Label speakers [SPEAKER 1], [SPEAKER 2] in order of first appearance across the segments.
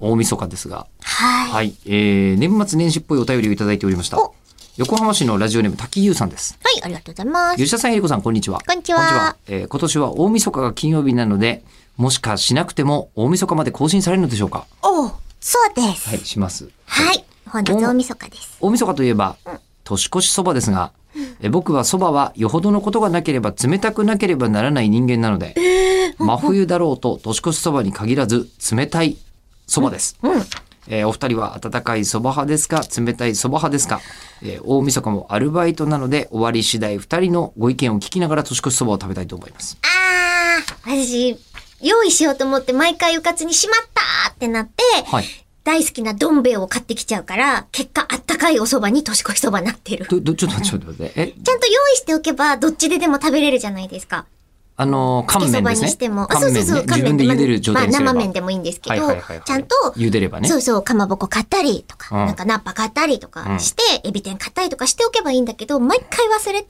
[SPEAKER 1] 大晦日ですが、
[SPEAKER 2] はい。
[SPEAKER 1] はい、えー、年末年始っぽいお便りをいただいておりました
[SPEAKER 2] お。
[SPEAKER 1] 横浜市のラジオネーム滝優さんです。
[SPEAKER 2] はい、ありがとうございます。
[SPEAKER 1] 吉田さん、えりこさん、こんにちは。
[SPEAKER 2] こんにちは
[SPEAKER 1] えー今年は大晦日が金曜日なので、もしかしなくても大晦日まで更新されるのでしょうか
[SPEAKER 2] おうそうです。
[SPEAKER 1] はい、します。
[SPEAKER 2] はい。本日大晦日です。
[SPEAKER 1] 大晦日といえば、年越しそばですが、え僕はそばはよほどのことがなければ冷たくなければならない人間なので、真冬だろうと年越しそばに限らず冷たいそばです。えーお二人は温かいそば派ですか冷たいそば派ですか、えー大晦日もアルバイトなので終わり次第二人のご意見を聞きながら年越しそばを食べたいと思います。
[SPEAKER 2] あー、私、用意しようと思って毎回うかつにしまったーってなって、
[SPEAKER 1] はい。
[SPEAKER 2] 大好きなどん兵衛を買ってきちゃうから、結果あったかいお蕎麦に年越し蕎麦なってる。
[SPEAKER 1] ど、ど、ちょっと待って、ちょっと待って。え、
[SPEAKER 2] ちゃんと用意しておけば、どっちででも食べれるじゃないですか。
[SPEAKER 1] あのー、乾
[SPEAKER 2] つけそ
[SPEAKER 1] 麺
[SPEAKER 2] ば
[SPEAKER 1] で
[SPEAKER 2] に
[SPEAKER 1] すね。
[SPEAKER 2] しても。あ
[SPEAKER 1] 乾麺ね。自分で茹でる状態にすれ
[SPEAKER 2] ま
[SPEAKER 1] ば。
[SPEAKER 2] あ、生麺でもいいんですけど、
[SPEAKER 1] はいはいはいはい
[SPEAKER 2] ちゃんと、
[SPEAKER 1] 茹でればね。
[SPEAKER 2] そうそう、かまぼこ買ったりとか、
[SPEAKER 1] うん
[SPEAKER 2] なんかナッパ買ったりと
[SPEAKER 1] う
[SPEAKER 2] か
[SPEAKER 1] ん
[SPEAKER 2] して、エビ天買ったりとかしておけばいいんだけど、毎回忘れて、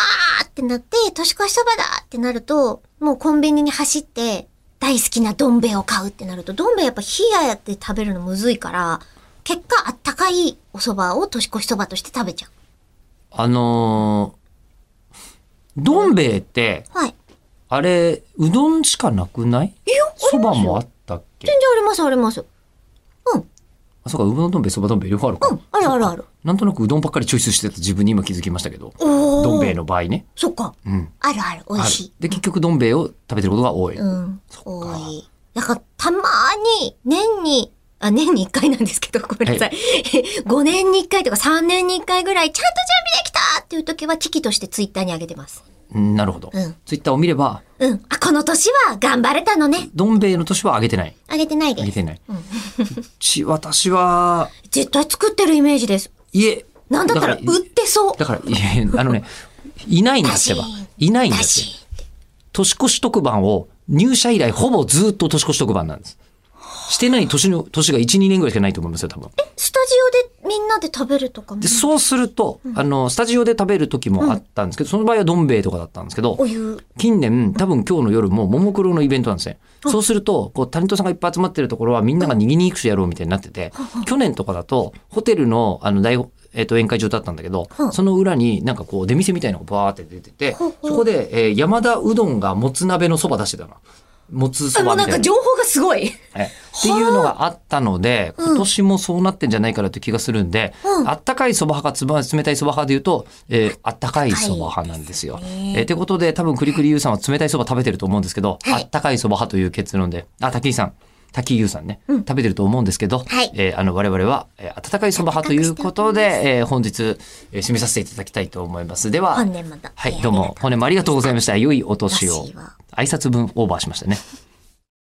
[SPEAKER 2] あーってなって、年越しそばだってなると、もうコンビニに走って、大好きなどん兵衛を買うってなると、どん兵衛やっぱ冷ややって食べるのむずいから、結果あったかいお蕎麦を年越しそばとして食べちゃ
[SPEAKER 1] あのー、どん兵衛って、
[SPEAKER 2] う。はい。
[SPEAKER 1] あれ、うどんしかなくないそばもあったっけ
[SPEAKER 2] 全然ありますあります。うん。
[SPEAKER 1] あ、そうか、うどんどん兵衛、そばどん兵衛両方あるか。
[SPEAKER 2] うん。あるあるある。
[SPEAKER 1] なんとなくうどんばっかりチョイスしてた自分に今気づきましたけど。
[SPEAKER 2] おー。
[SPEAKER 1] どん兵衛の場合ね。
[SPEAKER 2] そっか。
[SPEAKER 1] うん。
[SPEAKER 2] あるある。美
[SPEAKER 1] あ
[SPEAKER 2] 味
[SPEAKER 1] る
[SPEAKER 2] しい。
[SPEAKER 1] で、結局どん兵衛を食べてることが多い。
[SPEAKER 2] うん。
[SPEAKER 1] っ
[SPEAKER 2] 多
[SPEAKER 1] か
[SPEAKER 2] い。だから、たまに、年に、あ、年に1回なんですけど、ごめんなさい。5年に1回とか3年に1回ぐらい、ちゃんと準備できたっていう時は、危機としてツイッターに上げてます。
[SPEAKER 1] うんなるほど
[SPEAKER 2] うん。
[SPEAKER 1] ツイッターを見れば、
[SPEAKER 2] うん。あ、この年は頑張れたのね。
[SPEAKER 1] どん兵衛の年は上げてない。
[SPEAKER 2] 上げてない
[SPEAKER 1] 上
[SPEAKER 2] で
[SPEAKER 1] げ
[SPEAKER 2] す。
[SPEAKER 1] てない。うち、私は、
[SPEAKER 2] 絶対作ってるイメージです。
[SPEAKER 1] いえ。
[SPEAKER 2] なんだったら、
[SPEAKER 1] だから
[SPEAKER 2] 売ってそう。
[SPEAKER 1] だから、いえ、あのね、いないんだってば
[SPEAKER 2] だし。
[SPEAKER 1] いないんだっ
[SPEAKER 2] だ
[SPEAKER 1] て。
[SPEAKER 2] し。
[SPEAKER 1] 年越し特番を入社以来ほぼずっと年越し特番なんです。してない年の、年が1、2年ぐらいしかないと思いますよ、多分。
[SPEAKER 2] スタジオでみんなで食べるとかも
[SPEAKER 1] で、。そうすると、あの、スタジオで食べる時もあったんですけど、その場合はどん兵衛とかだったんですけど
[SPEAKER 2] お、湯。
[SPEAKER 1] 近年、多分今日の夜もももクロのイベントなんですね。そうすると、こう、タレントさんがいっぱい集まってるところはみんなが握りに行くしやろうみたいになってて、去年とかだと、ホテルの、あの、大、えっと、宴会場だったんだけど、
[SPEAKER 2] うん
[SPEAKER 1] その裏になんかこう、出店みたいなのがバーって出てて、
[SPEAKER 2] ほう
[SPEAKER 1] そ
[SPEAKER 2] ほう
[SPEAKER 1] こで、えー山田うどんがもつ鍋のそば出してたな。もつ
[SPEAKER 2] あ、
[SPEAKER 1] そ
[SPEAKER 2] も
[SPEAKER 1] ば
[SPEAKER 2] う
[SPEAKER 1] み
[SPEAKER 2] な
[SPEAKER 1] た
[SPEAKER 2] ん
[SPEAKER 1] いな
[SPEAKER 2] か。情報がすごい。
[SPEAKER 1] えっていうのがあったので、今年もそうなってんじゃないかなって気がするんで、
[SPEAKER 2] うん
[SPEAKER 1] あったかいそば派かつば冷たいそば派で言うと、えーあったかいそば派なんですよ。
[SPEAKER 2] あ
[SPEAKER 1] と
[SPEAKER 2] ったかいですね
[SPEAKER 1] えーってことで、多分くりくりゆうさんは冷たいそば食べてると思うんですけど、
[SPEAKER 2] はい
[SPEAKER 1] あったかいそば派という結論で、あ、滝井さん。滝優さんね、
[SPEAKER 2] うん
[SPEAKER 1] 食べてると思うんですけど、
[SPEAKER 2] はい
[SPEAKER 1] えーあの我々は、えー温かいそば派ということで、えー本日、えー締めさせていただきたいと思います。では、
[SPEAKER 2] 本年もだ
[SPEAKER 1] はい、どうも、本年もありがとうございました。良いお年を
[SPEAKER 2] お年を。
[SPEAKER 1] 挨拶分オーバーしましたね。